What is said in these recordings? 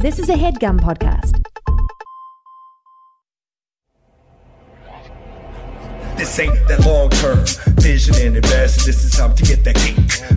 This is a headgum podcast. This ain't that long term vision and investing. This is time to get that cake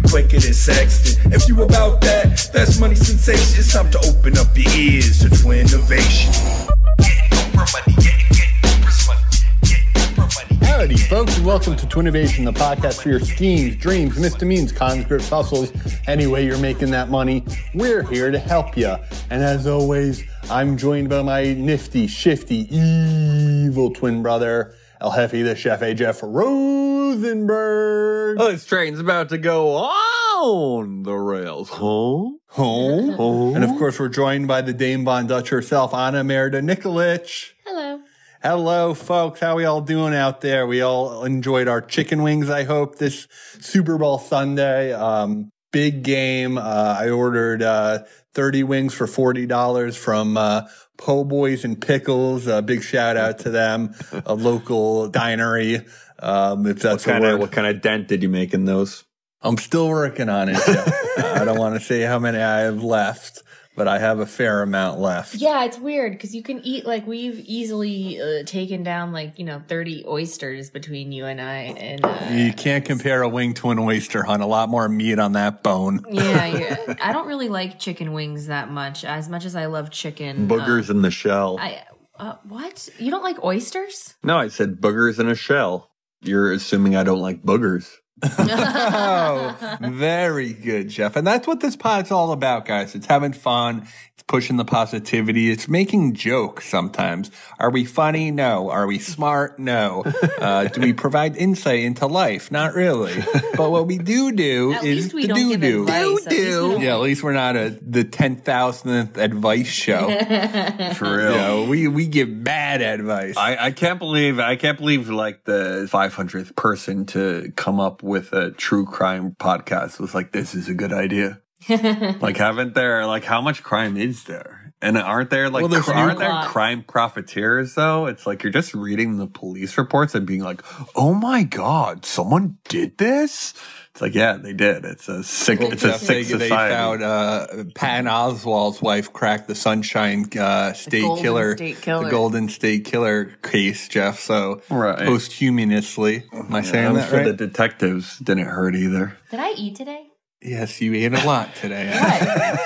quicker than Sexton. If you about that, that's money sensation. It's time to open up your ears to twin innovation. Getting Oprah money, getting, getting Oprah's money, getting Oprah money. getting- Howdy, folks, and welcome to Twinnovation, the podcast for your schemes, dreams, misdemeans, conscripts, hustles, any way you're making that money. We're here to help you. And as always, I'm joined by my nifty, shifty, evil twin brother, El Jefe the Chef A. Jeff Rosenberg. Oh, This train's about to go on the rails, huh? Home. Home. And of course, we're joined by the Dame Von Dutch herself, Anna Merida Nikolic. Hello. Hello, folks. How we all doing out there? We all enjoyed our chicken wings. I hope this Super Bowl Sunday, um, big game. Uh, I ordered uh, thirty wings for forty dollars from uh, Po Boys and Pickles. A big shout out to them, a local dinery. Um, if that's Kind a of. word. What kind of dent did you make in those? I'm still working on it. Jeff. Uh, I don't want to say how many I have left, but I have a fair amount left. Yeah, it's weird because you can eat like we've easily uh, taken down like you know thirty oysters between you and I, and uh, You can't compare a wing to an oyster hunt. A lot more meat on that bone. yeah, you I don't really like chicken wings that much. As much as I love chicken, uh, Boogers Um, in the shell. I uh, what you don't like oysters? no, I said boogers in a shell. You're assuming I don't like boogers. oh, very good, Jeff. And that's what this pod's all about, guys. It's having fun. It's pushing the positivity. It's making jokes sometimes. Are we funny? No. Are we smart? No. Uh, do we provide insight into life? Not really. But what we do do At is least we the don't do give do. advice. At least we don't- Yeah, at least we're not a the ten thousandth advice show. For real. Yeah, we we give bad advice. I, I can't believe I can't believe like the 500th person to come up with a true crime podcast was like this is a good idea. like haven't there like how much crime is there? And aren't there like Well, there's cr- new aren't crime. there crime profiteers though? It's like you're just reading the police reports and being like, "Oh my god, someone did this." It's like, yeah, they did. It's a sick. it's a Jeff, they, sick they society. found uh, Patton Oswald's wife cracked the Sunshine uh, State, Golden Killer, State Killer. the Golden State Killer case, Jeff. So Right. Oh, posthumously, am I saying I'm that sure right? the detectives didn't hurt either. Did I eat today? yes, you ate a lot today.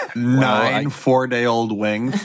Nine four-day-old wings.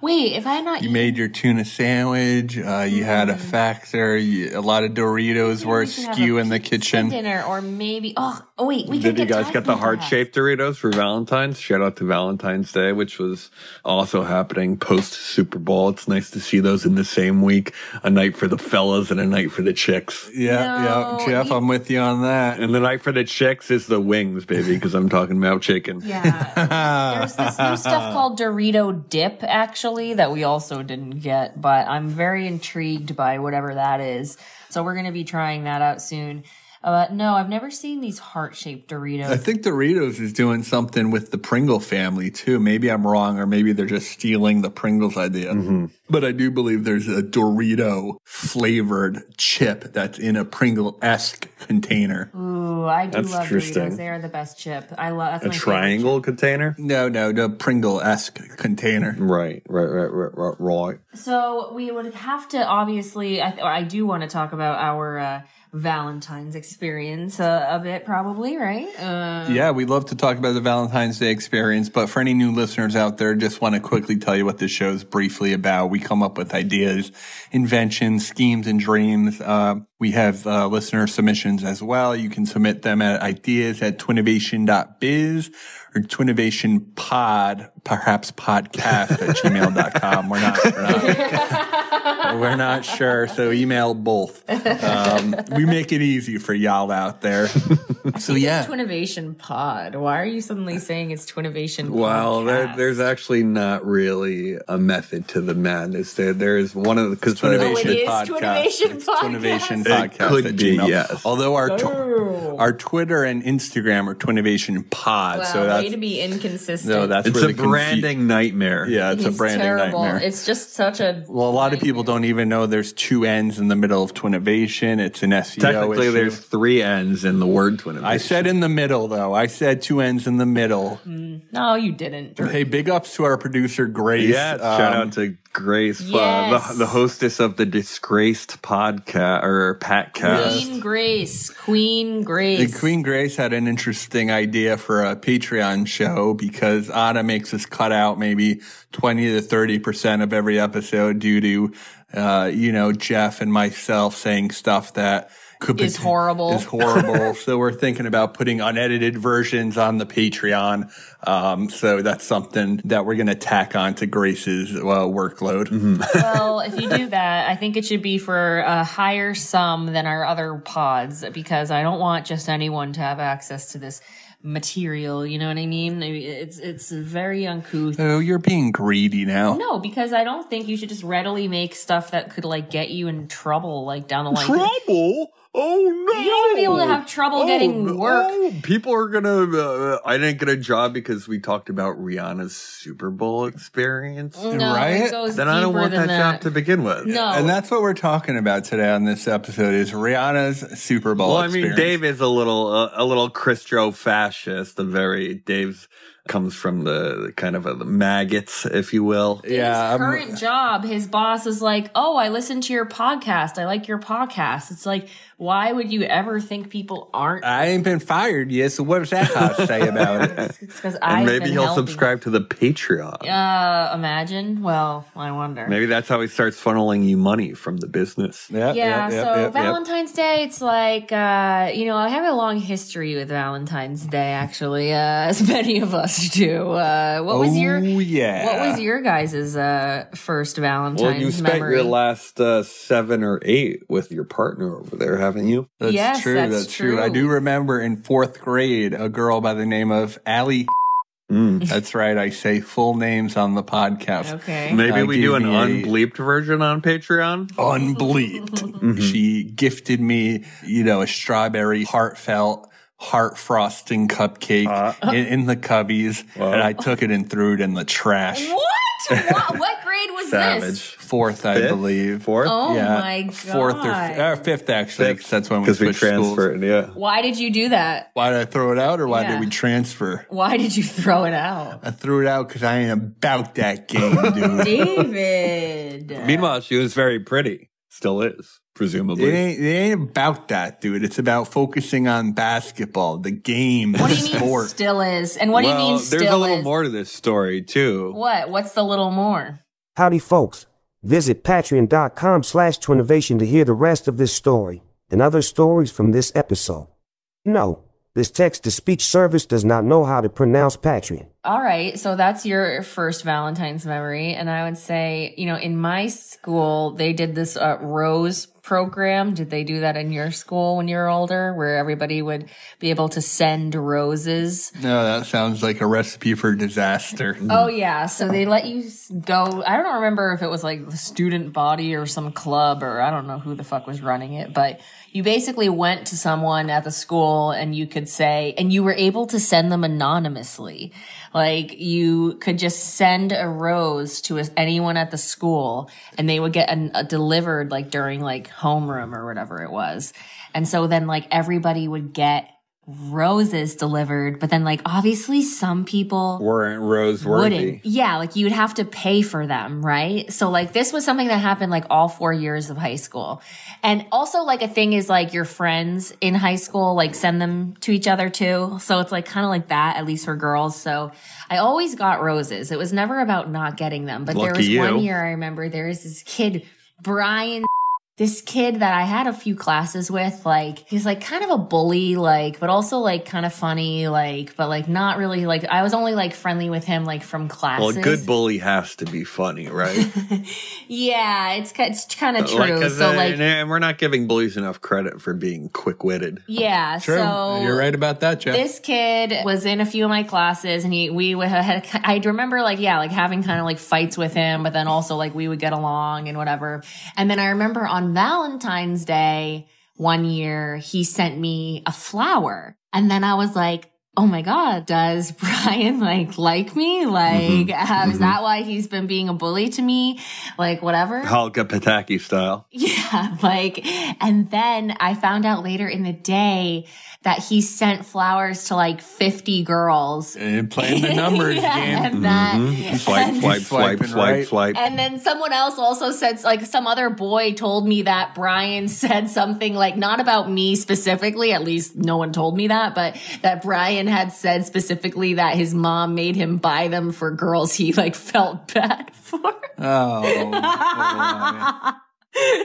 Wait, if I had not You eaten, made your tuna sandwich. Uh, you had a Mm-hmm. factor. You, a lot of Doritos were we could have askew a in the pizza kitchen. dinner, or maybe oh, oh wait, we Did could you guys Thai get the food heart perhaps. shaped Doritos for Valentine's? Shout out to Valentine's Day, which was also happening post Super Bowl. It's nice to see those in the same week a night for the fellas and a night for the chicks. Yeah, No, yeah, Jeff, you- I'm with you on that. And the night for the chicks is the wings, baby, because I'm talking about chicken. Yeah. There's this new stuff called Dorito Dip, actually, that we also didn't get, but I'm very intrigued by whatever that is. So we're going to be trying that out soon. Uh, no, I've never seen these heart shaped Doritos. I think Doritos is doing something with the Pringle family too. Maybe I'm wrong, or maybe they're just stealing the Pringles idea. But I do believe there's a Dorito flavored chip that's in a Pringle esque container. Ooh, I do That's love interesting. Doritos. They are the best chip. I love that's A my favorite triangle container? No, no, the Pringle esque container. Right, right, right, right, right, right. chip. So we would have to obviously, I, or I do want to talk about our uh, Valentine's experience uh, a bit, probably, right? Uh, Yeah, we love to talk about the Valentine's Day experience, but for any new listeners out there, just want to quickly tell you what this show is briefly about. We come up with ideas, inventions, schemes, and dreams. Uh, we have uh, listener submissions as well. You can submit them at ideas at twinnovation.biz or twinnovation pod, perhaps podcast at gmail.com. We're not, we're not, we're not sure. So email both. Um, we make it easy for y'all out there. So yeah. Twinnovation Pod. Why are you suddenly saying it's Twinnovation? Well, there, Podcast? there's actually not really a method to the madness. There, there is one of the because Oh, it is Podcast. Twinnovation It's Podcast. Twinnovation It Podcast could at be, Gmail. yes. Although our tw- our Twitter and Instagram are Twinnovation Pod, Wow, so way that's to be inconsistent. no, that's it's where a the confu- branding nightmare. yeah, it's, it's, a branding terrible. nightmare. It's just such a well, a lot of people don't even know there's two N's in the middle of Twinnovation. It's an SEO Technically, issue. there's three N's in the word doing it. I said in the middle, though. I said two ends in the middle. Hmm. No, you didn't. Hey, big ups to our producer, Grace. Yeah, shout Um, out to Grace, uh, Yes. the, the hostess of the Disgraced podcast or Patcast. Queen Grace. Queen uh, The Grace. Queen Grace had an interesting idea for a Patreon show because Anna makes us cut out maybe 20 to 30% of every episode due to, uh, you know, Jeff and myself saying stuff that could Is horrible. Is horrible. so we're thinking about putting unedited versions on the Patreon. Um, so that's something that we're going to tack on to Grace's uh, workload. well, if you do that, I think it should be for a higher sum than our other pods because I don't want just anyone to have access to this material. You know what I mean? It's it's very uncouth. So you're being greedy now. No, because I don't think you should just readily make stuff that could like get you in trouble, like down the line. Trouble? Oh no! Oh, You don't wanna be able to have trouble getting no. work. People are gonna. Uh, I didn't get a job because we talked about Rihanna's Super Bowl experience. No, Right? it goes Then I don't Mm, deeper want than that, that. job to begin with. No, And that's what we're talking about today on this episode is Rihanna's Super Bowl. Well, I mean, experience. Dave is a little uh, a little Christro fascist. The very Dave's comes from the, the kind of uh the maggots, if you will. Yeah, I'm- his current job, his boss is like, "Oh, I listened to your podcast. I like your podcast." It's like, why would you ever think people aren't? Uh, I ain't been fired yet, so what does that house say about it? It's because And I maybe he'll subscribe to the Patreon. Uh, imagine. Well, I wonder. Maybe that's how he starts funneling you money from the business. Yep, yep, yeah, yep, so yep, yep. Valentine's Day, it's like, uh, you know, I have a long history with Valentine's Day, actually, uh, as many of us do. Uh, what was your, Oh, yeah. what was your guys' uh, first Valentine's Well, you spent memory? your last uh, seven or eight with your partner over there, haven't you? That's Yes, true. that's That's, true. I do true. remember in fourth grade, a girl by the name of Allie. Mm. That's right. I say full names on the podcast. okay. Maybe Uh, we do give an me a- unbleeped version on Patreon. Unbleeped. Mm-hmm. She gifted me, you know, a strawberry heartfelt heart frosting cupcake Uh. in, in the cubbies, and I took it and threw it in the trash. What? what? What grade was this? Savage. Fourth, I Fifth? believe. Fourth? Oh yeah, my god! fourth or f- uh, fifth actually. 'cause That's when we Because we switched schools. transferred, yeah. why did you do that? Why did I throw it out, or why Yeah. did we transfer? Why did you throw it out, I threw it out because I ain't about that game, dude. David? Meanwhile, she was very pretty. Still is, It presumably. ain't, it ain't about that, dude. It's about focusing on basketball, the game, what the do you mean sport. still is? And what well, do you mean there's still a little is? more to this story too. What? What's the little more? Howdy, folks. Visit patreon.com slash twinnovation to hear the rest of this story and other stories from this episode. No, this text-to-speech service does not know how to pronounce Patreon. All right, so that's your first Valentine's memory, and I would say, you know, in my school they did this uh, rose program. Did they do that in your school when you were older, where everybody would be able to send roses? No, Oh, that sounds like a recipe for disaster. Oh yeah, so they let you s- go. I don't remember if it was like the student body or some club or I don't know who the fuck was running it, but you basically went to someone at the school and you could say and you were able to send them anonymously. Like you could just send a rose to a- anyone at the school and they would get an, a delivered like during like homeroom or whatever it was. And so then like everybody would get roses delivered, but then like obviously some people Weren't Rose worthy? wouldn't. Yeah, like you'd have to pay for them, right? So like this was something that happened like all four years of high school. And also like a thing is like your friends in high school like send them to each other too. So it's like kind of like that, at least for girls. So I always got roses. It was never about not getting them. But there Lucky was you. one year I remember there was this kid, Brian this kid that I had a few classes with, like, he's like kind of a bully, like, but also like kind of funny, like, but like not really, like, I was only like friendly with him, like, from Well, a classes. good bully has to be funny, right? yeah, it's, ki- it's kind of true. Like, 'cause, so, uh, like, and, and we're not giving bullies enough credit for being quick-witted. yeah, True. so. You're right about that, Jeff. This kid was in a few of my classes, and he we would had. I remember like yeah, like having kind of like fights with him, but then also like we would get along and whatever. And then I remember on Valentine's Day one year he sent me a flower, and then I was like. Oh my God, does Brian like like me? Like, uh, is that why he's been being a bully to me? Like, whatever. Halka Pataki style. Yeah, Yeah, like, and then I found out later in the day that he sent flowers to like 50 girls. And playing the numbers Yeah, Mm-hmm. game. and that, Swipe, and- swipe, swipe, Swiping swipe, right. swipe. and then someone else also said, like, some other boy told me that Brian said something, like, not about me specifically, at least no one told me that, but that Brian had said specifically that his mom made him buy them for girls he, like, felt bad for. Oh, boy.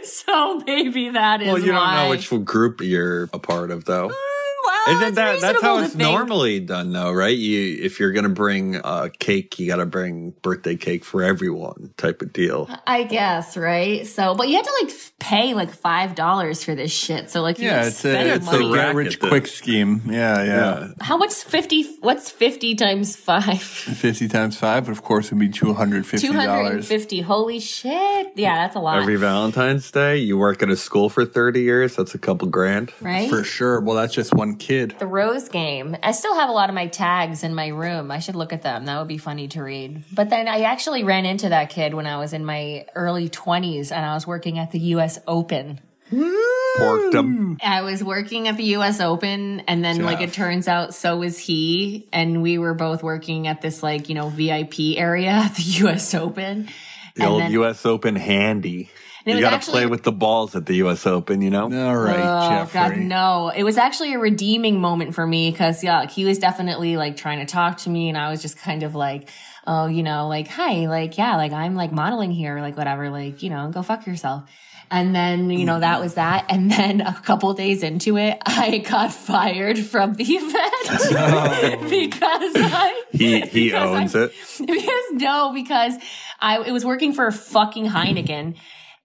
so maybe that is Well, you don't why. know which group you're a part of, though. Well, Isn't it's that that's how reasonable to it's think. normally done, though, right? You if you're gonna bring a cake, you got to bring birthday cake for everyone, type of deal. I guess, right? So, but you had to like f- pay like five dollars for this shit. So, like, you yeah, yeah, it's a, spend it's a money. get rich Racket, though. quick scheme. Yeah, yeah. How much? Fifty? What's fifty times five? 50 times five, of course, would be $250. Two hundred and fifty. Holy shit! Yeah, that's a lot, Every Valentine's Day, you work at a school for thirty years. That's a couple grand. right? For sure. Well, that's just one kid. the rose game. I still have a lot of my tags in my room. I should look at them. That would be funny to read. But then I actually ran into that kid when I was in my early 20s and I was working at the US Open. Porked them. I was working at the US Open and then like it Jeff. turns out so was he and we were both working at this like, you know, VIP area at the US Open. The and old then- U.S. Open handy. And it You was got to actually- play with the balls at the U.S. Open, you know. All right, Oh God, Jeffrey. no! It was actually a redeeming moment for me because yeah, like, he was definitely like trying to talk to me, and I was just kind of like, oh, you know, like hi, like yeah, like I'm like modeling here, like whatever, like you know, go fuck yourself. And then you know that was that, and then a couple days into it, I got fired from the event because I He he because I- owns it. because no, because I it was working for fucking Heineken.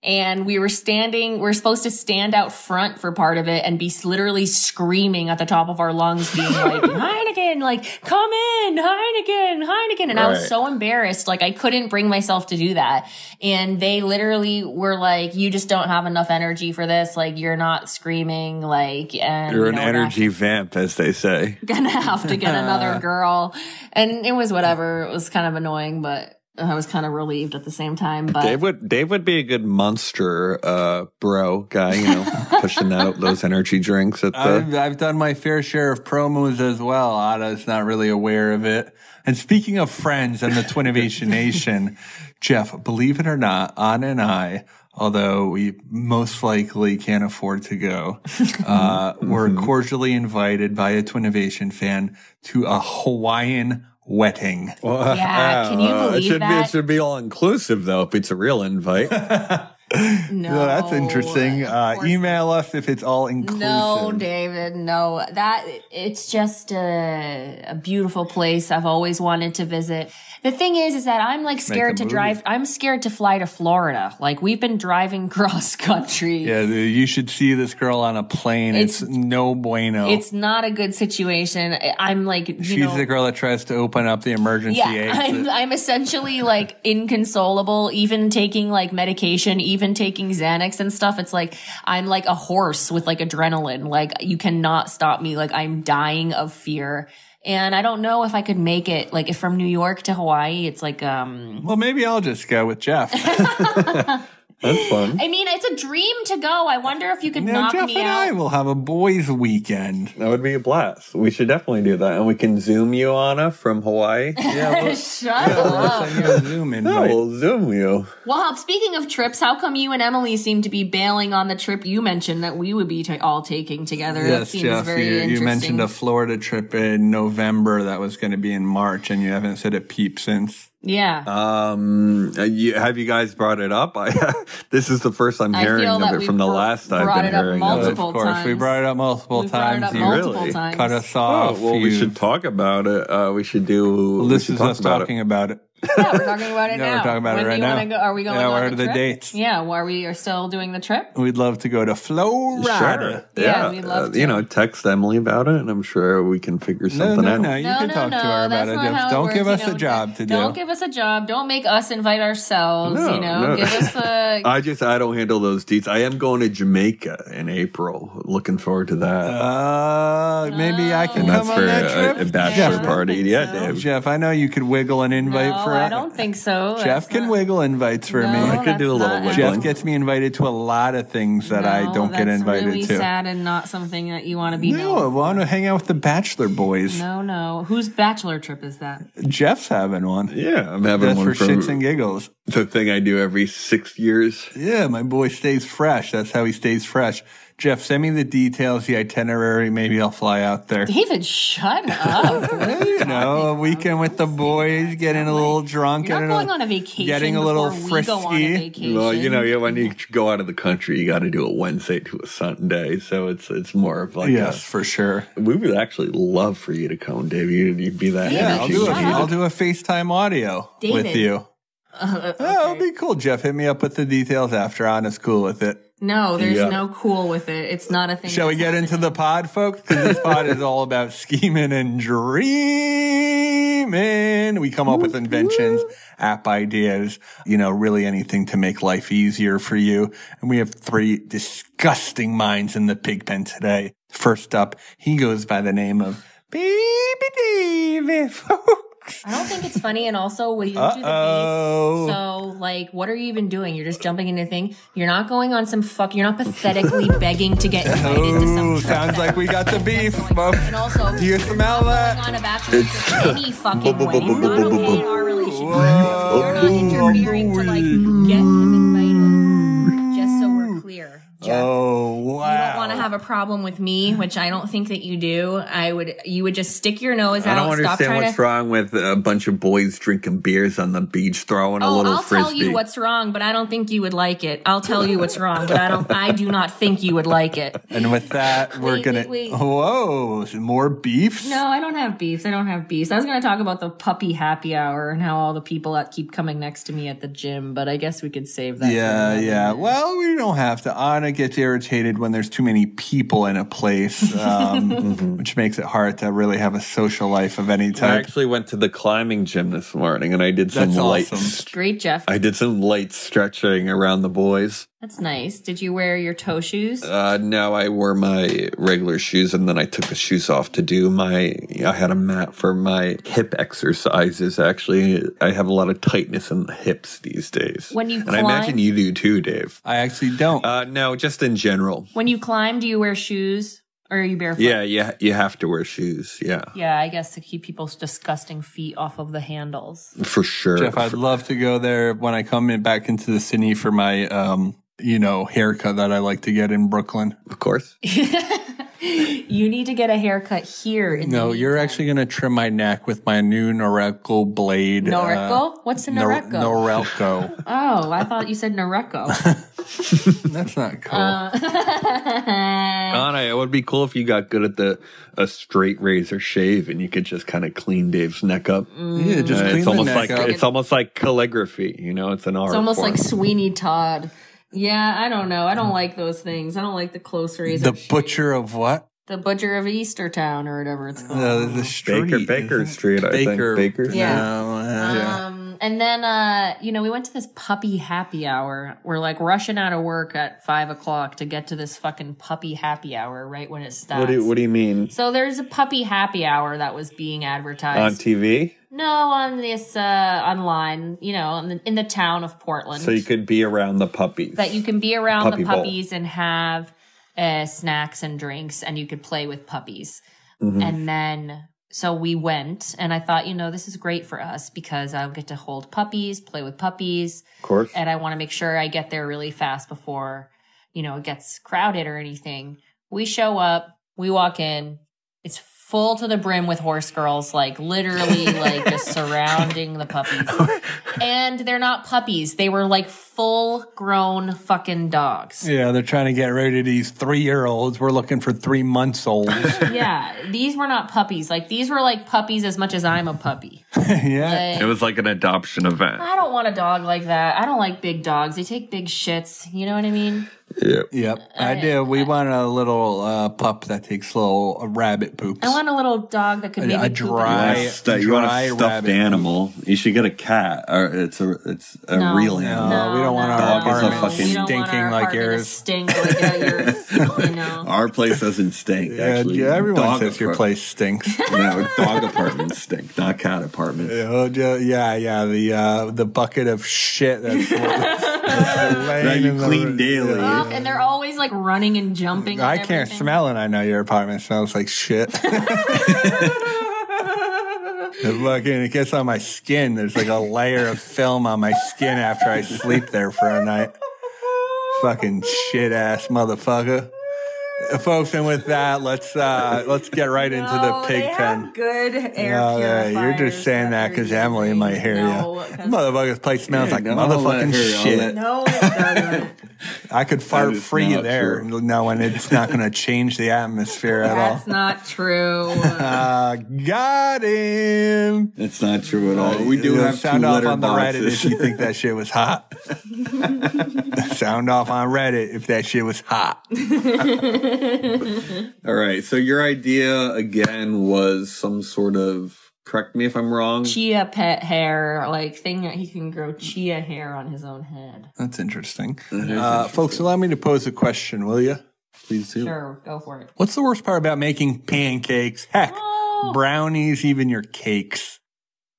And we were standing, we're supposed to stand out front for part of it and be s- literally screaming at the top of our lungs, being like, Heineken, like, come in, Heineken, Heineken. And I was Right. so embarrassed. Like, I couldn't bring myself to do that. And they literally were like, you just don't have enough energy for this. Like, you're not screaming. Like, and You're you an know, we're not- energy vamp, as they say. gonna have to get another girl. And it was whatever. It was kind of annoying, but I was kind of relieved at the same time. But Dave would Dave would be a good monster uh, bro guy, you know, pushing out those energy drinks at the. I've, I've done my fair share of promos as well. Ada's not really aware of it. And speaking of friends and the Twinnovation Nation, Jeff, believe it or not, Anna and I, although we most likely can't afford to go, uh, were cordially invited by a Twinnovation fan to a Hawaiian wedding. yeah, Ah, can you Uh, it believe should be that? it should be all inclusive though if it's a real invite. no, Oh, that's interesting. of Uh, course email us if it's all inclusive. No, David, no. That it's just a, a beautiful place I've always wanted to visit. The thing is, is that I'm like scared to move. drive. I'm scared to fly to Florida. Like we've been driving cross country. Yeah, you should see this girl on a plane. It's, no bueno. It's not a good situation. I- I'm like, you She's know, the girl that tries to open up the emergency Yeah, exit. I'm, I'm essentially like inconsolable, even taking like medication, even taking Xanax and stuff. It's like I'm like a horse with like adrenaline. Like you cannot stop me. Like I'm dying of fear. And I don't know if I could make it like if from New York to Hawaii, it's like um well, maybe I'll just go with Jeff. That's fun. I mean, it's a dream to go. I wonder if you could now, knock Jeff me and I out. will have a boys' weekend. That would be a blast. We should definitely do that, and we can zoom you, Anna, from Hawaii. Yeah, we'll, Shut up. send you a Zoom No, invite. we'll zoom you. Well, speaking of trips, how come you and Emily seem to be bailing on the trip you mentioned that we would be ta all taking together? that yes, seems Jeff, very you, interesting. you mentioned a Florida trip in November that was going to be in March, and you haven't said a peep since. yeah. Um, uh, you, have you guys brought it up? I, this is the first I'm I hearing feel of that it we've from the br- last I've brought been it up hearing of it. multiple- of course, we times. brought it up multiple We've brought it times. up you multiple Really? times. cut us Oh, off. well, we You- should talk about it. Uh, we should do. we This should is talk us about it. talking about it. yeah, we're talking about Yeah, it now. we're talking about when it right do you wanna now. Go, are we going Yeah, on what the are the trip? dates? Yeah, well, are we are still doing the trip? We'd love to go to Florida. Yeah, we'd love to. Uh, You know, text Emily about it, and I'm sure we can figure No, something no, out. no. You no, can no, talk no. to her about that's it. not how Jeff. it Don't works, give you us a know. job to do. Don't give us a job. Don't make us invite ourselves. No, you know, no. give us the. I just I don't handle those deets. I am going to Jamaica in April. Looking forward to that. Uh, maybe I can and that's come on for that a, a trip. bachelor Yeah. party. I think Yeah, so. Dave. Jeff, I know you could wiggle an invite No, for we're I not- don't think so. Jeff That's can not- wiggle invites for No, me. I could do a little that's not- wiggle. Jeff Wiggling. gets me invited to a lot of things that I No, don't get that's invited really to. sad and not something that you want to be. No, I known want to hang out with the Bachelor boys. for. no, no. Whose bachelor trip is that? Jeff's having one. Yeah, I'm having That's one for for shits and giggles. the thing I do every six years. Yeah, my boy stays fresh. That's how he stays fresh. Jeff, send me the details, the itinerary. Maybe I'll fly out there. David, shut up. You know, a weekend with the boys, getting a little drunk, You're not getting going a, on a vacation. getting a little before frisky. We go on a vacation. Well, you know, yeah, when you go out of the country, you got to do it Wednesday to a Sunday, so it's it's more of like yes, for sure. a, we would actually love for you to come, Dave. You'd, you'd be that. Yeah, energy I'll do a, shut needed. up. I'll do a FaceTime audio with David. you. Oh, it'll be cool. Jeff, hit me up with the details after. I'm as cool with it. No, there's Yeah. no cool with it. It's not a thing. Shall we that's get into the pod, folks? Because this pod is all about scheming and dreaming. We come up with inventions, app ideas, you know, really anything to make life easier for you. And we have three disgusting minds in the pig pen today. First up, he goes by the name of Baby David, folks. I don't think it's funny. And also, when you do Uh-oh. the face, so like, what are you even doing? You're just jumping into a thing. You're not going on some fuck. You're not pathetically begging to get invited to some. Ooh, trip sounds that- like we got the beef, folks. And also, Do you smell going that? on a bachelor trip any fucking way. It's not okay in our relationship. You're not interfering to like get him invited. Just so we're clear, Jeff. Oh, If you wow. don't want to have a problem with me, which I don't think that you do. I would, you would just stick your nose I out. don't stop understand trying what's to. wrong with a bunch of boys drinking beers on the beach, throwing a Oh, little I'll frisbee. tell you what's wrong, but I don't think you would like it. I'll tell you what's wrong, but I don't. I do not think you would like it. And with that, we're Wait, gonna. wait, wait. Whoa, some more beefs? No, I don't have beefs. I don't have beefs. I was going to talk about the puppy happy hour and how all the people that keep coming next to me at the gym, but I guess we could save that. for Yeah, another yeah. minute. Well, we don't have to. Anna gets irritated when there's too many people in a place, um, which makes it hard to really have a social life of any I type. actually went to the climbing gym this morning and I did some That's light. awesome. st- Great, Jeff. I did some light stretching around the boys. That's nice. Did you wear your toe shoes? Uh, now I wore my regular shoes and then I took the shoes off to do my. I had a mat for my hip exercises. Actually, I have a lot of tightness in the hips these days. When you and I climb- imagine you do too, Dave. I actually don't. Uh, no, just in general. when you climb, do you wear shoes or are you barefoot? Yeah, yeah, you have to wear shoes. Yeah, Yeah, I guess to keep people's disgusting feet off of the handles. for sure. Jeff, I'd love to go there when I come in back into the city for my, um, you know, haircut that I like to get in Brooklyn. of course. You need to get a haircut here. In No, the you're actually going to trim my neck with my new Noreco blade. Uh, Noreco? What's a Nor- Noreco? Noreco. oh, I thought you said Noreco. That's not cool. Uh, Anna, it would be cool if you got good at the a straight razor shave and you could just kind of clean Dave's neck up. Mm. yeah, just Uh, clean it's the almost neck like up. it's almost like calligraphy. You know, it's an art. It's almost form. like Sweeney Todd. Yeah, I don't know. I don't like those things. I don't like the close razor. the shave. butcher of what? the butcher of Eastertown or whatever it's called. Uh, the street, Baker Baker isn't it? Street. I Baker. think Baker. Yeah. No, uh, yeah. Um, and then, uh, you know, we went to this puppy happy hour. We're like rushing out of work at five o'clock to get to this fucking puppy happy hour right when it stops. What do you, What do you mean so there's a puppy happy hour that was being on advertised. TV? no, on this uh, online, you know, in the, in the town of Portland. So you could be around the puppies. that you can be around Puppy the bowl. puppies and have uh, snacks and drinks and you could play with puppies Mm-hmm. and then so we went and i thought you know this is great for us because i'll get to hold puppies play with puppies of course. and i want to make sure i get there really fast before you know it gets crowded or anything we show up we walk in it's full to the brim with horse girls like literally like just surrounding the puppies and they're not puppies. They were like full grown fucking dogs. Yeah, they're trying to get rid of these three year olds. We're looking for three months old. yeah. Yeah, these were not puppies. Like these were like puppies as much as I'm a puppy. Like, It was like an adoption event. I don't want a dog like that. I don't like big dogs. They take big shits. You know what I mean? Yep. Yep, I do. We want a little uh, pup that takes little rabbit poops. I want a little dog that could A- maybe a poop in dry- the I- Stu- you want dry a stuffed rabbit. animal. You should get a cat. Or it's a it's a No. real no, animal. we don't want our Dog is a apartment fucking- we don't want stinking our like apartment to yours. Stink like uh, yours, you know. Our place doesn't stink. Yeah, actually, yeah, everyone Dog says your apart- place stinks. No, dog apartments stink, not cat apartments. Oh, yeah, yeah, yeah, the uh, the bucket of shit that's, that's laying That you in the- clean daily. Ugh, and they're always like running and jumping. I and can't everything. smell it. I know your apartment smells like shit. it fucking it gets on my skin. There's like a layer of film on my skin after I sleep there for a night. Fucking shit ass motherfucker. Uh, Folks, and with that, let's uh let's get right into No, the pig Oh, they pen. have good air Oh, yeah, you're purifiers just saying that they're because Emily using. might hear No, you. 'cause- Motherfucker's place smells Yeah, like no, I'll let motherfucking her- I'll shit. let- No, it doesn't. I could fart is free you not there, true. knowing it's not going to change the atmosphere at all. That's not true. Uh, got him. It's not true at all. Oh, We do You'll have Uh, sound two off letter on the Reddit if boxes. you think that shit was hot. sound off on Reddit if that shit was hot. All right. So your idea again was some sort of. Correct me if I'm wrong. chia pet hair, like thing that he can grow chia hair on his own head. That's interesting. Uh, folks, allow me to pose a question, will you? Please do. Sure, go for it. What's the worst part about making pancakes? Heck, Oh. brownies, even your cakes.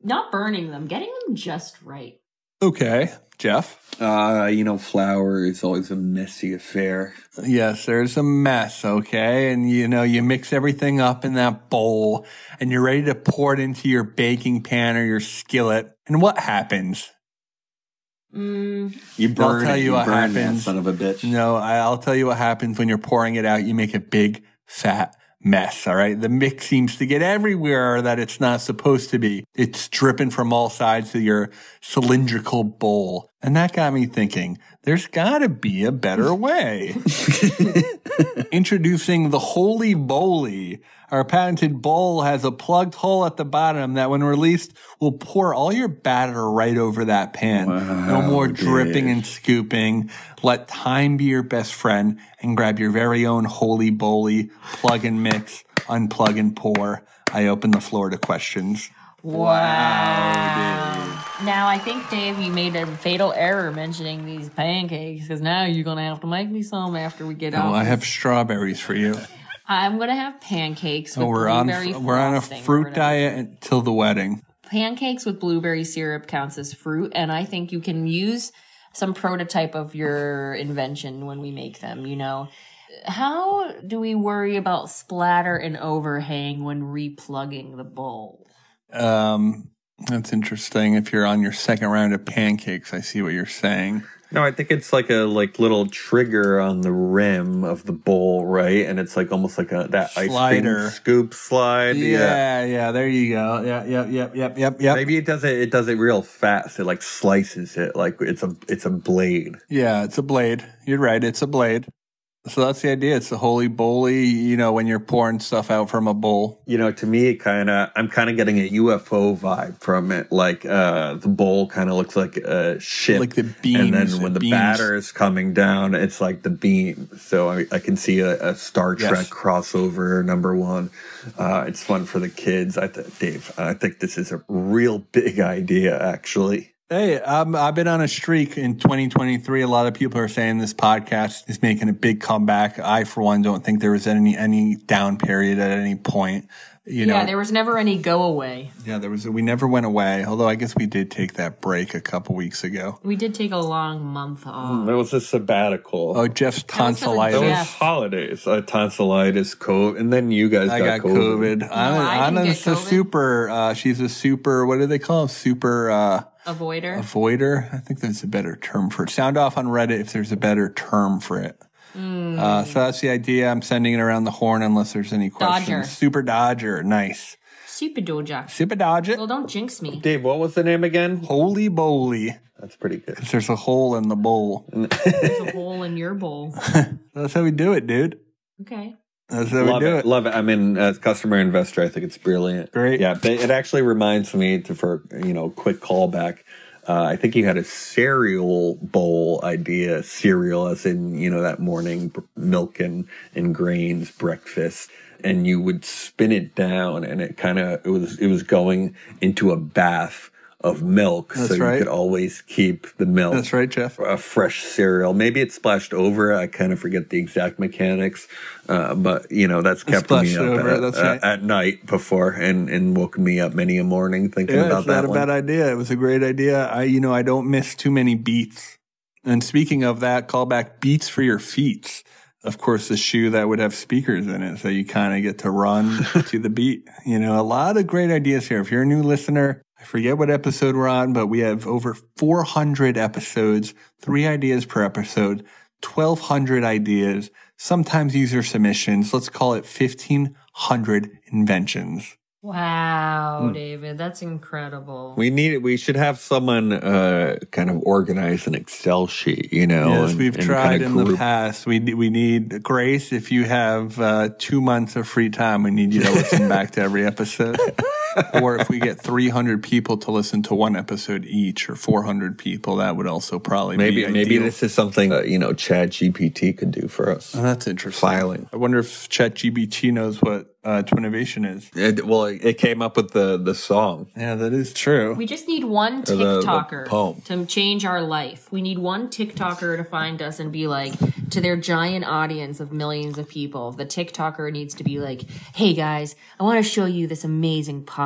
Not burning them, getting them just right. Okay, Jeff. Uh, you know, flour is always a messy affair. Yes, there's a mess, okay? And you know, you mix everything up in that bowl and you're ready to pour it into your baking pan or your skillet. And what happens? Mm, You burn. tell it, you what burn that happens. son of a bitch. No, I- I'll tell you what happens when you're pouring it out. You make a big, fat mess, all right? The mix seems to get everywhere that it's not supposed to be. It's dripping from all sides of your cylindrical bowl. And that got me thinking, there's gotta be a better way. Introducing the Holy Bowly. Our patented bowl has a plugged hole at the bottom that, when released, will pour all your batter right over that pan. no more dripping and scooping. Let time be your best friend and grab your very own Holy Bowly plug and mix, unplug and pour. I open the floor to questions. wow. Now I think Dave, you made a fatal error mentioning these pancakes because now you're gonna have to make me some after we get out. Oh, I have strawberries for you. I'm gonna have pancakes. With Oh, we're on blueberry we're on a frosting or fruit whatever. diet until the wedding. pancakes with blueberry syrup counts as fruit and i think you can use some prototype of your invention when we make them you know how do we worry about splatter and overhang when replugging the bowl Um, that's interesting. If you're on your second round of pancakes, I see what you're saying. No, I think it's like a like little trigger on the rim of the bowl, right? And it's like almost like a that ice Slider. cream scoop slide. uh, Yeah. Yeah, yeah, there you go. Yeah, yep, yep, yep, yep, yep. Maybe it does it. It does it real fast. It like slices it like it's a it's a blade. Yeah, it's a blade. You're right. It's a blade. So that's the idea. It's the holy bowly, you know, when you're pouring stuff out from a bowl. You know, to me, it kind of I'm kind of getting a UFO vibe from it. Like uh the bowl kind of looks like a ship, Like the and beams, then when the beams. the batter is coming down, it's like the beam. So I, I can see a, a Star Yes. Trek crossover number one. Uh, it's fun for the kids. I th- Dave, I think this is a real big idea, actually. Hey, um, I've been on a streak in 2023. A lot of people are saying this podcast is making a big comeback. I, for one, don't think there was any any down period at any point. You know, yeah there was never any go away yeah, there was. We never went away. Although I guess we did take that break a couple weeks ago. we did take a long month off There was a sabbatical. Oh, Jeff's was for the tonsillitis. Those Yes. holidays, uh, tonsillitis, COVID, and then you guys I got, got COVID. I Anna, didn't Anna's get a COVID. super. Uh, she's a super. What do they call them? Super uh, avoider avoider. I think there's a better term for it. Sound off on Reddit if there's a better term for it. Uh, so that's the idea. I'm sending it around the horn unless there's any questions. Hmm. Dodger. Super Dodger. Nice. super doja Super Dodger. well don't jinx me Dave, what was the name again? Holy bowly. That's pretty good. There's a hole in the bowl. there's a hole in your bowl That's how we do it, dude. okay That's how Love we do it. it. Love it. I mean, as customer investor, I think it's brilliant. Great. Yeah, but it actually reminds me to for you know quick callback Uh, I think you had a cereal bowl idea, cereal as in, you know, that morning br- milk and, and grains breakfast. And you would spin it down and it kind of, it was, it was going into a bath of milk. so right. you could always keep the milk That's right, Jeff. a fresh cereal. Maybe it splashed over. I kind of forget the exact mechanics, uh, but you know that's kept me splashed up over, at, that's uh, right. at night before, and and woke me up many a morning thinking Yeah, about it's that not one. a bad idea. It was a great idea. I, you know, I don't miss too many beats. And speaking of that, call back beats for your feet. Of course, the shoe that would have speakers in it, so you kind of get to run to the beat. You know, a lot of great ideas here. If you're a new listener, I forget what episode we're on, but we have over 400 episodes, three ideas per episode, 1,200 ideas, sometimes user submissions. Let's call it 1,500 inventions. Wow, David, that's incredible. We need. We should have someone uh, kind of organize an Excel sheet. You know, Yes, and- we've and tried kind of in the group- past. We we need Grace. If you have uh, two months of free time, we need you to listen back to every episode. or if we get 300 people to listen to one episode each, or 400 people, that would also probably Maybe be maybe ideal. this is something uh, you know Chad GPT could do for us. Oh, that's interesting. Filing. I wonder if ChatGBT knows what uh, Twinnovation is. It, well, it came up with the the song. Yeah, that is true. We just need one the- the TikToker poem. to change our life. We need one TikToker to find us and be like to their giant audience of millions of people. The TikToker needs to be like, "Hey guys, I want to show you this amazing pod.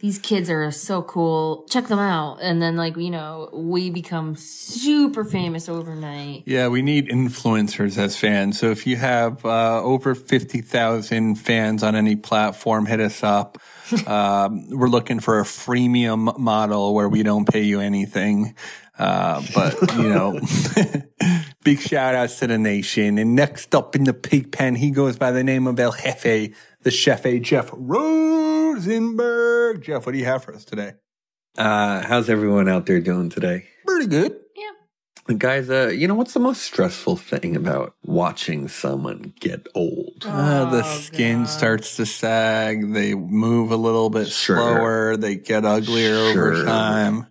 These kids are so cool. Check them out." And then like, you know, we become super famous overnight. Yeah, we need influencers as fans. So if you have uh, over 50,000 fans on any platform, hit us up. um, we're looking for a freemium model where we don't pay you anything. Uh, but, you know, big shout outs to the nation. And next up in the pig pen, he goes by the name of El Jefe, the Chef A. Jeff Rosenberg. Jeff, what do you have for us today? Uh, how's everyone out there doing today? Pretty good. Guys, uh, you know what's the most stressful thing about watching someone get old? Uh, the Oh, skin starts to sag. They move a little bit Sure. slower. They get uglier over Sure. time.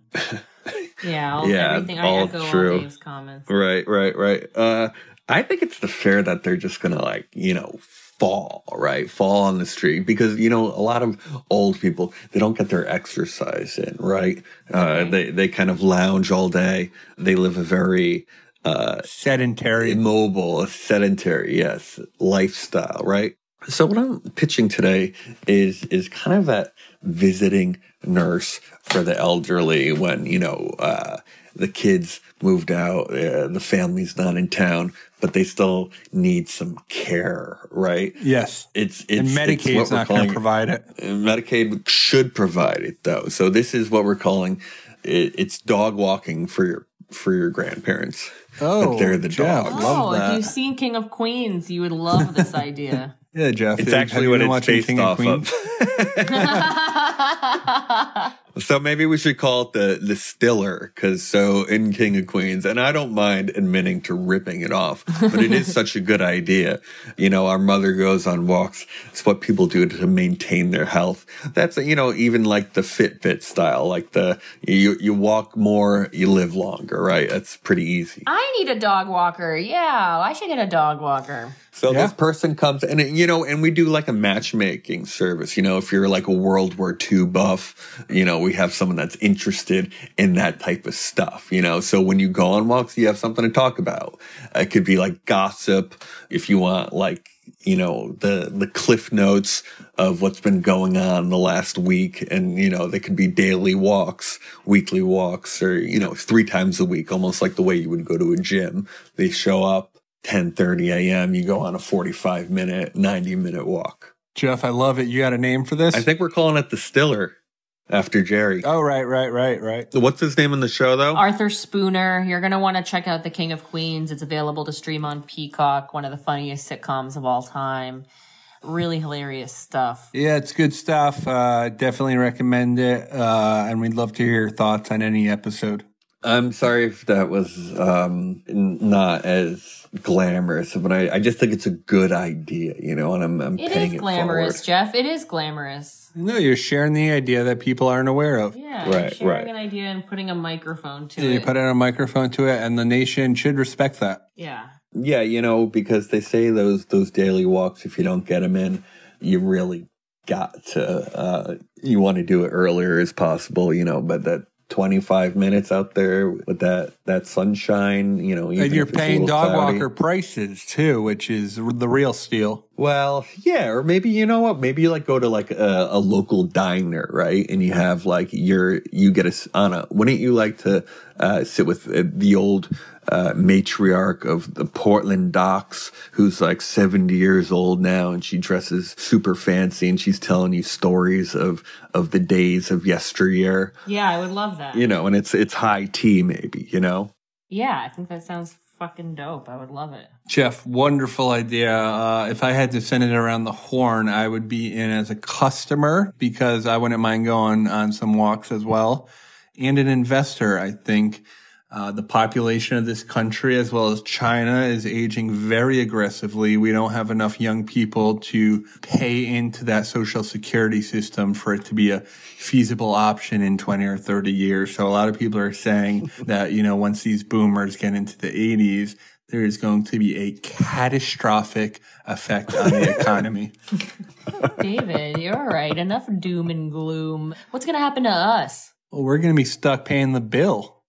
Yeah, all, Yeah, everything I all echo true. all Dave's comments. Right, right, right. Uh, I think it's the fear that they're just gonna like, you know, fall, right? Fall on the street because you know a lot of old people they don't get their exercise in, right? Uh, they they kind of lounge all day. They live a very uh, Sedentary. immobile, a sedentary, yes, lifestyle, right? So what I'm pitching today is is kind of that visiting nurse for the elderly when you know uh, the kids moved out, uh, the family's not in town, but they still need some care, right? Yes. It's And it's it's what Medicaid's we're not going calling- to provide it. Medicaid should provide it though. So this is what we're calling it, it's dog walking for your for your grandparents. Oh, but they're the Jeff. dogs. Love Oh, that. if you've seen King of Queens, you would love this idea. Yeah, Jeff. It's have- actually have you what been it's watching based King of off Queens? of. so maybe we should call it the the stiller, because so in King of Queens, and I don't mind admitting to ripping it off, but it is such a good idea. You know, our mother goes on walks. It's what people do to maintain their health. That's you know even like the Fitbit style, like the you you walk more, you live longer, right? That's pretty easy. I need a dog walker. Yeah, I should get a dog walker. So Yeah. this person comes and you know, and we do like a matchmaking service. You know, if you're like a World War II buff, you know, we have someone that's interested in that type of stuff. You know, so when you go on walks, you have something to talk about. It could be like gossip, if you want, like you know, the the cliff notes of what's been going on the last week, and you know, they could be daily walks, weekly walks, or you know, three times a week, almost like the way you would go to a gym. They show up. 10:30 a.m. You go on a 45 minute, 90 minute walk. Jeff, I love it. You got a name for this? I think we're calling it the Stiller after Jerry. Uh, oh, right, right, right, right. What's his name in the show though? Arthur Spooner, you're going to want to check out The King of Queens. It's available to stream on Peacock, one of the funniest sitcoms of all time. Really hilarious stuff. Yeah, it's good stuff. Uh, definitely recommend it. Uh, and we'd love to hear your thoughts on any episode. I'm sorry if that was um, n- not as glamorous, but I, I just think it's a good idea, you know, and I'm, I'm It paying is it glamorous, forward. Jeff. It is glamorous. No, you're sharing the idea that people aren't aware of. Yeah, Right, sharing right. an idea and putting a microphone to Yeah, You it. put out a microphone to it, and the nation should respect that. yeah, Yeah, you know, because they say those those daily walks, if you don't get them in, you really got to, uh, you want to do it earlier as possible, you know, but that 25 minutes out there with that, that sunshine, you know, even and you're if it's a paying little dog cloudy. walker prices too, which is the real steal. Well, yeah, or maybe you know what? Maybe you like go to like a, a local diner, right? And you have like your you get a s- Anna. Wouldn't you like to uh, sit with uh, the old uh, matriarch of the Portland docks, who's like seventy years old now, and she dresses super fancy, and she's telling you stories of of the days of yesteryear, yeah. I would love that. you know? And it's it's high tea, maybe, you know? yeah, I think that sounds fucking dope. I would love it. Jeff, wonderful idea. Uh, if I had to send it around the horn, I would be in as a customer because I wouldn't mind going on some walks as well. And an investor, I think. Uh, the population of this country, as well as China, is aging very aggressively. We don't have enough young people to pay into that social security system for it to be a feasible option in 20 or 30 years. So a lot of people are saying that, you know, once these boomers get into the 80s, there is going to be a catastrophic effect on the economy. David, you're all right. Enough doom and gloom. What's gonna happen to us? Well, we're going to be stuck paying the bill.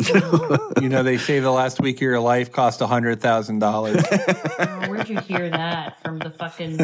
you know, they say the last week of your life cost $100,000. Oh, where'd you hear that from? The fucking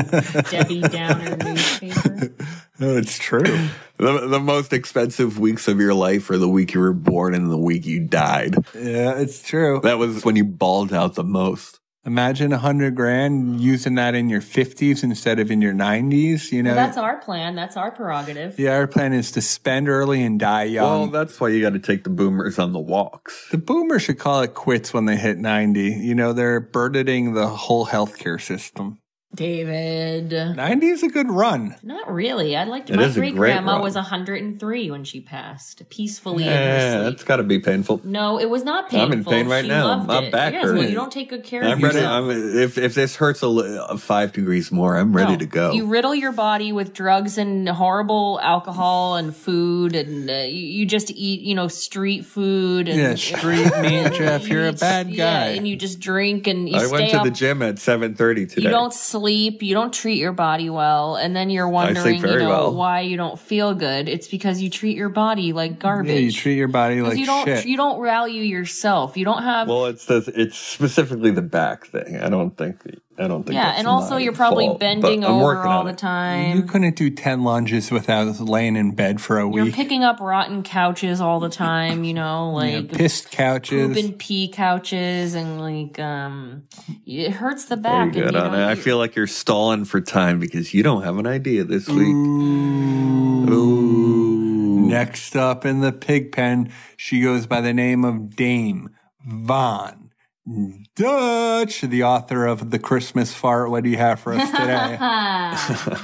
Debbie Downer newspaper. no, Oh, it's true. The, the most expensive weeks of your life are the week you were born and the week you died. Yeah, it's true. That was when you balled out the most. Imagine a hundred grand using that in your fifties instead of in your nineties. You know, Well, that's our plan. That's our prerogative. yeah. Our plan is to spend early and die young. well, that's why you got to take the boomers on the walks. the boomers should call it quits when they hit ninety. You know, they're burdening the whole healthcare system. David. Ninety is a good run. Not really. I'd like to. It my is a great great grandma run. was 103 when she passed, peacefully in Yeah, her that's sleep. got to be painful. No, it was not I'm painful. in pain right She now. loved My it. back Yes, well, hurts. you don't take good care I'm of ready. yourself. I'm, if if this hurts a, li- uh, five degrees more, I'm ready No. to go. You riddle your body with drugs and horrible alcohol and food, and uh, you, you just eat, you know, street food. And, Yeah, street meat, Jeff. you You're a eat- bad guy. Yeah, and you just drink and you I stay went to up. the gym at seven thirty today. You don't sleep. You don't treat your body well, and then you're sleep wondering, you very know, well. why you don't feel good. It's because you treat your body like garbage. Yeah, you treat your body 'Cause like you don't. shit. You don't value yourself. You don't have. well, it's the, it's specifically the back thing. I don't think I don't think. yeah, that's and also my you're probably fault, but bending I'm over working all on the it. time. you couldn't do ten lunges without laying in bed for a You're week. picking up rotten couches all the time, you know, Yeah, like pissed poop couches. and pee couches, and like um, it hurts the Very back. good, and, you Anna. know, I you- feel like you're stalling for time because you don't have an idea this week. Ooh. Next up in the pig pen, she goes by the name of Dame Von Dutch, the author of The Christmas Fart. What do you have for us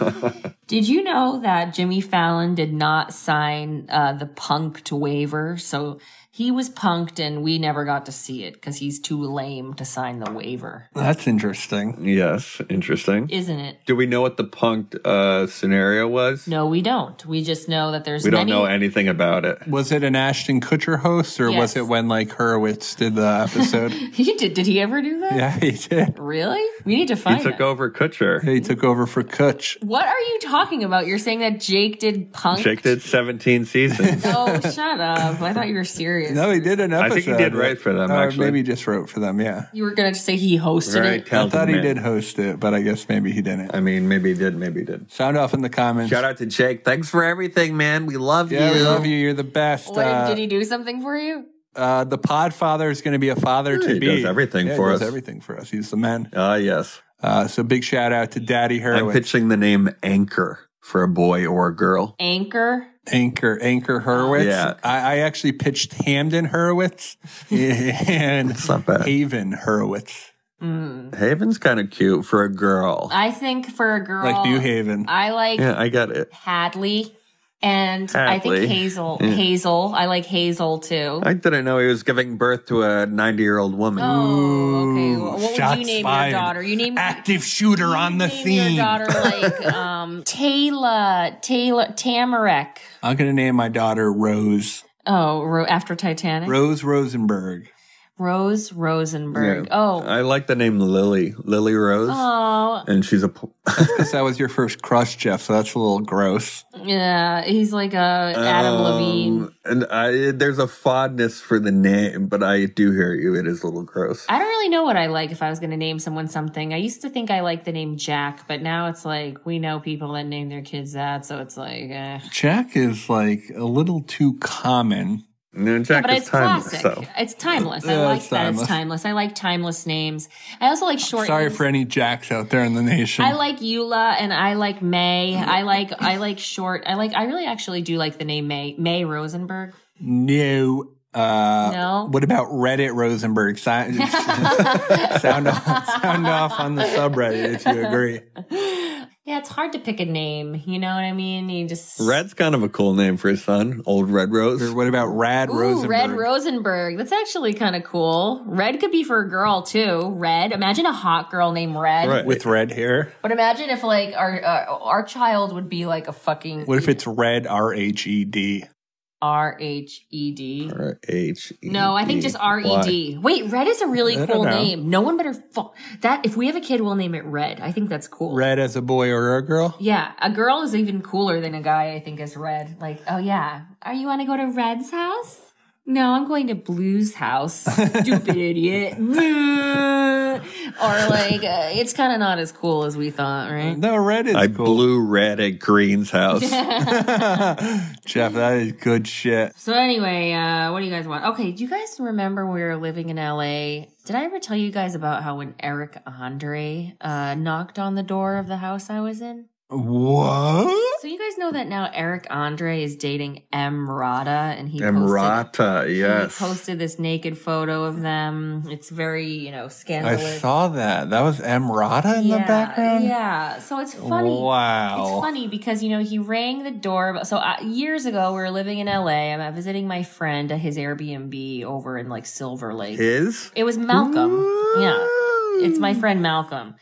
today? Did you know that Jimmy Fallon did not sign uh, the punked waiver? So he was punked, and we never got to see it because he's too lame to sign the waiver, That's interesting. Yes, interesting. isn't it? Do we know what the punked uh, scenario was? No, we don't. We just know that there's we don't many- know anything about it. Was it an Ashton Kutcher host or was Yes. it when like Hurwitz did the episode? He did. Did he ever do that? yeah, he did. Really? We need to He find. took that. over Kutcher. He took over for Kutch. What are you talking about? You're saying that Jake did punk? Jake did 17 seasons. Oh, shut up. I thought you were serious. No, he did an I episode. think he did write for them, Or actually. Maybe he just wrote for them, yeah. You were going to say he hosted Very it. I talented thought he man. did host it, but I guess maybe he didn't. I mean, maybe he did, maybe he did. Sound off in the comments. Shout out to Jake. Thanks for everything, man. We love Yeah, you. we love you. You're the best. What, Uh, did he do something for you? uh, the Podfather is going to be a father Yeah, to he be. does everything Yeah, for he does us. everything for us. He's the man. Ah, yes. Uh, so big shout out to Daddy I'm Hurwitz, pitching the name Anchor for a boy or a girl. Anchor? Anchor Anchor Hurwitz. Yeah. I, I actually pitched Hamden Hurwitz and It's not bad. Haven Hurwitz, Haven's kind of cute for a girl. I think for a girl. like New Haven. I like yeah, I got it. Hadley. And I Hadley. think Hazel. Yeah. Hazel. I like Hazel too. I didn't know he was giving birth to a 90 year old woman. oh, okay. Ooh, Well, what would you shots name fired. your daughter? You name Active shooter you on the name scene. Your daughter like um Taylor Taylor Tamarack. I'm gonna name my daughter Rose. Oh, Ro- after Titanic. Rose Rosenberg. Rose Rosenberg. Oh. I like the name Lily. Lily Rose. Oh And she's a. po- Because that was your first crush, Jeff. So that's a little gross. yeah, he's like a Adam Um, Levine. And I, there's a fondness for the name, but I do hear you. It is a little gross. I don't really know what I like if I was going to name someone something. I used to think I liked the name Jack, but now it's like we know people that name their kids that, so it's like, eh. Jack is like a little too common. No, Jack but is it's timeless, classic. so. It's timeless. I Yeah, like it's that. timeless. It's timeless. I like timeless names. I also like short. Sorry names. for any Jacks out there in the nation. I like Eula and I like May. I like I like short. I like I really actually do like the name May May Rosenberg. no. Uh, No? What about Reddit Rosenberg? Si- sound, off, sound off on the subreddit if you agree. Yeah, it's hard to pick a name. You know what I mean? You just Red's kind of a cool name for his son, Old Red Rose. Or what about Rad Ooh, Rosenberg? Red Rosenberg. That's actually kind of cool. Red could be for a girl too. Red. Imagine a hot girl named Red. Right. with red hair. But imagine if like our uh, our child would be like a fucking What if it's Red R H E D? R H E D. R H. No, I think just R E D. Wait, Red is a really I cool don't know. name. No one better fu- that. If we have a kid, we'll name it Red. I think that's cool. Red as a boy or a girl? Yeah, a girl is even cooler than a guy. I think is Red. Like, oh yeah, are you want to go to Red's house? No, I'm going to Blue's house. Stupid idiot. or like, uh, it's kind of not as cool as we thought, right? No, Red is I cool. blew red at Green's house. Jeff, that is good shit. So anyway, uh, what do you guys want? Okay, do you guys remember when we were living in LA? Did I ever tell you guys about how when Eric Andre uh, knocked on the door of the house I was in? What? So you guys know that now Eric Andre is dating Emrata, and he posted, Emrata, yes. he posted this naked photo of them. It's very you know I scandalous. saw that. That was Emrata in yeah, the background? Yeah, so it's funny. Wow. It's funny because you know he rang the doorbell. So uh, years ago, we were living in LA. I'm uh, visiting my friend at his Airbnb over in like Silver Lake. His? It was Malcolm. Yeah. It's Mm. my friend Malcolm.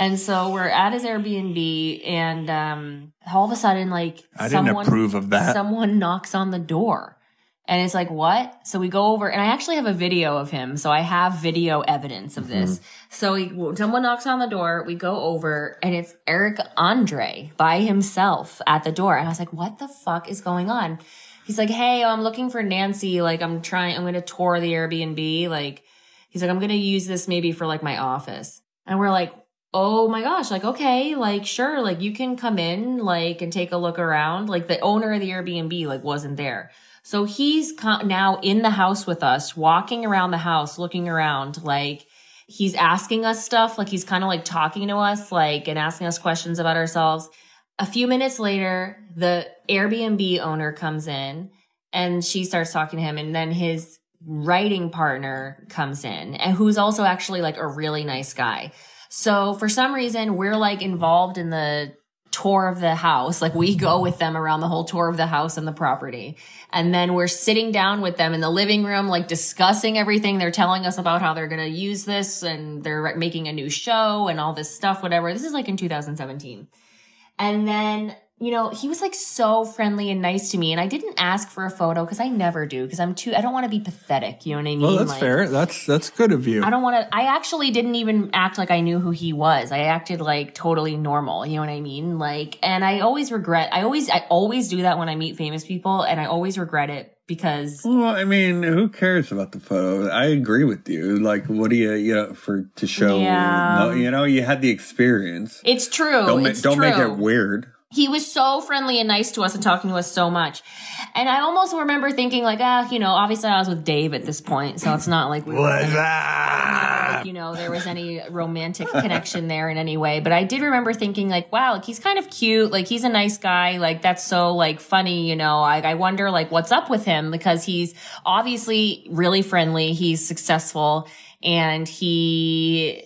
And so we're at his Airbnb and um all of a sudden like I didn't approve of that. Someone knocks on the door. And it's like, what? So we go over and I actually have a video of him. So I have video evidence of this. Mm-hmm. So he, someone knocks on the door. We go over and it's Eric Andre by himself at the door. And I was like, what the fuck is going on? He's like, Hey, I'm looking for Nancy. Like I'm trying, I'm going to tour the Airbnb. Like he's like, I'm going to use this maybe for like my office. And we're like, oh my gosh, like, okay, like, sure, like, you can come in, like, and take a look around. Like, the owner of the Airbnb, like, wasn't there. So he's co- now in the house with us, walking around the house, looking around, like, he's asking us stuff, like, he's kind of like talking to us, like, and asking us questions about ourselves. A few minutes later, the Airbnb owner comes in and she starts talking to him and then his writing partner comes in and who's also actually like a really nice guy. So for some reason we're like involved in the tour of the house. Like Mm-hmm. we go with them around the whole tour of the house and the property. And then we're sitting down with them in the living room, like discussing everything. They're telling us about how they're going to use this and they're making a new show and all this stuff, whatever. This is like in 2017. And then, you know, he was like so friendly and nice to me. And I didn't ask for a photo because I never do because I'm too, I don't want to be pathetic. You know what I mean? Well, that's Like, fair. That's that's good of you. I don't want to, I actually didn't even act like I knew who he was. I acted like totally normal. You know what I mean? Like, and I always regret, I always, I always do that when I meet famous people and I always regret it because Well, I mean, who cares about the photo? I agree with you. Like, what do you, you know, for to show? Yeah. no, you know, you had the experience. it's true. don't ma- it's don't make true. it weird. he was so friendly and nice to us and talking to us so much. And I almost remember thinking like, ah, you know, obviously I was with Dave at this point, so it's not like we were What's gonna- up? like, you know, there was any romantic connection there in any way. But I did remember thinking, like, wow, like he's kind of cute. Like he's a nice guy. Like that's so like funny, you know. I, I wonder like what's up with him because he's obviously really friendly. He's successful. and he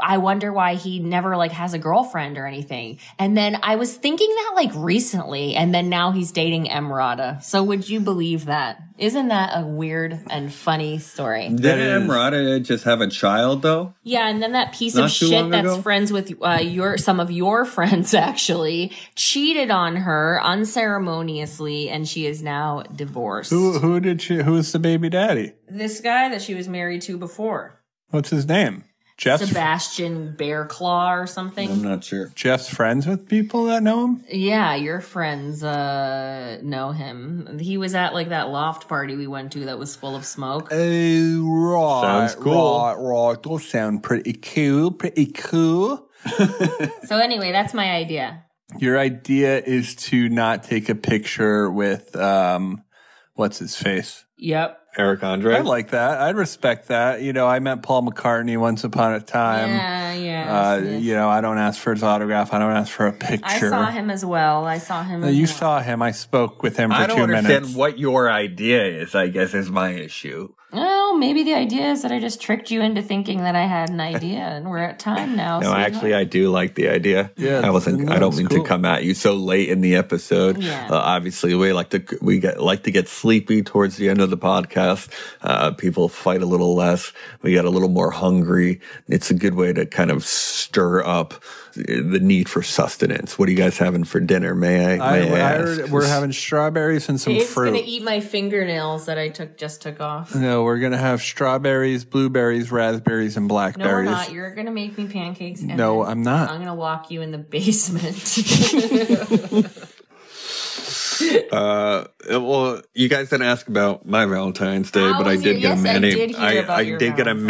i wonder why he never like has a girlfriend or anything and then i was thinking that like recently and then now he's dating emrata so would you believe that isn't that a weird and funny story Did is- Emirata just have a child though? yeah and then that piece Not of too long shit that's ago? friends with uh, your some of your friends actually cheated on her unceremoniously and she is now divorced Who who did she? Who was the baby daddy? this guy that she was married to before What's his name? Jeff's Sebastian Bearclaw or I'm something. not sure. Jeff's friends with people that know him. Yeah, your friends uh know him. He was at like that loft party we went to that was full of smoke. Eh. Oh, right. Sounds cool. Right, right. Those sound pretty cool. Pretty cool. So anyway, that's my idea. Your idea is to not take a picture with um, what's his face? Yep. Eric Andre. I like that. I'd respect that. You know, I met Paul McCartney once upon a time. yeah, yeah. Uh, you know, I don't ask for his autograph. I don't ask for a picture. I saw him as well. I saw him. Uh, as You well. saw him. I spoke with him for I don't two understand minutes. what your idea is. I guess is my issue. Oh, maybe the idea is that I just tricked you into thinking that I had an idea, and we're at time now. No, so- actually, I do like the idea. Yeah, I wasn't. no, I don't it's mean cool. to come at you so late in the episode. Yeah. Uh, obviously, we like to we get like to get sleepy towards the end of the podcast. Uh, people fight a little less. We get a little more hungry. It's a good way to kind of stir up the need for sustenance. What are you guys having for dinner? May I? I, May I, I ask? heard we're having strawberries and some Dave's fruit. gonna eat my fingernails that I took just took off. No, we're gonna have strawberries, blueberries, raspberries, and No, we're blackberries. not. You're gonna make me pancakes. And No, then I'm not. I'm gonna walk you in the basement. Uh, well, you guys didn't ask about my Valentine's Day, How but I Oh, was did your- get a yes, I Manny. did hear about your did get a Valentine's.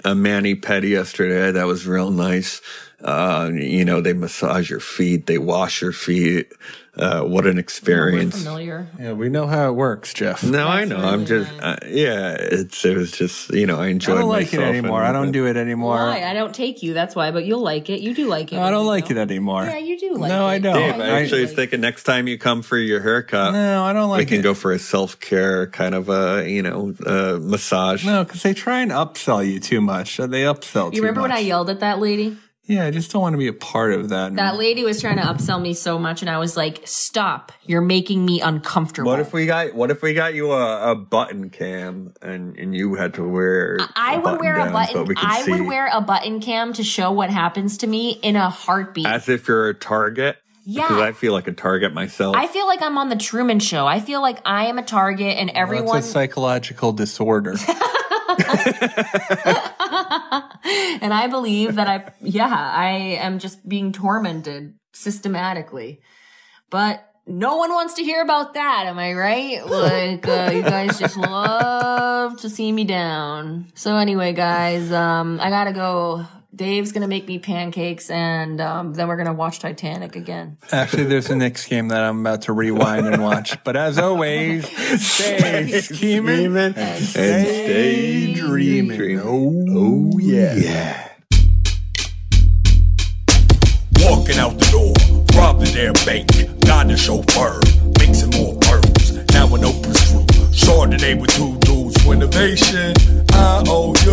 Manny, a Manny pedi yesterday. That was real nice. Uh, you know, they massage your feet, they wash your feet. Uh, what an experience. Familiar. yeah, we know how it works, Jeff. No, I Oh, That's know. really I'm just, uh, nice. yeah, it's, it was just, you know, I I enjoyed don't like it myself anymore. and- I don't do it anymore. Why? I don't take you. That's why. But you'll like it. You do like it. No, I don't you like know. it anymore. Yeah, you do like No, it. I don't. Dave, Yeah, I you actually do was like thinking next time you come for your haircut, no, I don't we like can it. go for a self care kind of a, you know, uh, massage. no, because they try and upsell you too much. Uh, They upsell. it. You remember when I yelled at that lady? Yeah, I just don't want to be a part of that. That lady was trying to upsell me so much, and I was like, "Stop! You're making me uncomfortable." What if we got What if we got you a, a button cam and and you had to wear? I a would wear a down so button. we could I see would wear a button cam to show what happens to me in a heartbeat. as if you're a target. Yeah. because I feel like a target myself. I feel like I'm on the Truman Show. I feel like I am a target, and That's everyone a psychological disorder. and I believe that I, yeah, I am just being tormented systematically. But no one wants to hear about that, am I right? Like, uh, you guys just love to see me down. So anyway, guys, um, I gotta go. Dave's gonna make me pancakes, and um, then we're gonna watch Titanic again. Actually, there's the next game that I'm about to rewind and watch. But as always, stay scheming Scheming and stay dreaming. Oh, yeah. Walking out the door, robbed the damn bank, got the chauffeur, mixing more pearls. Now an open screw, Chardonnay with two dudes for innovation. I owe you.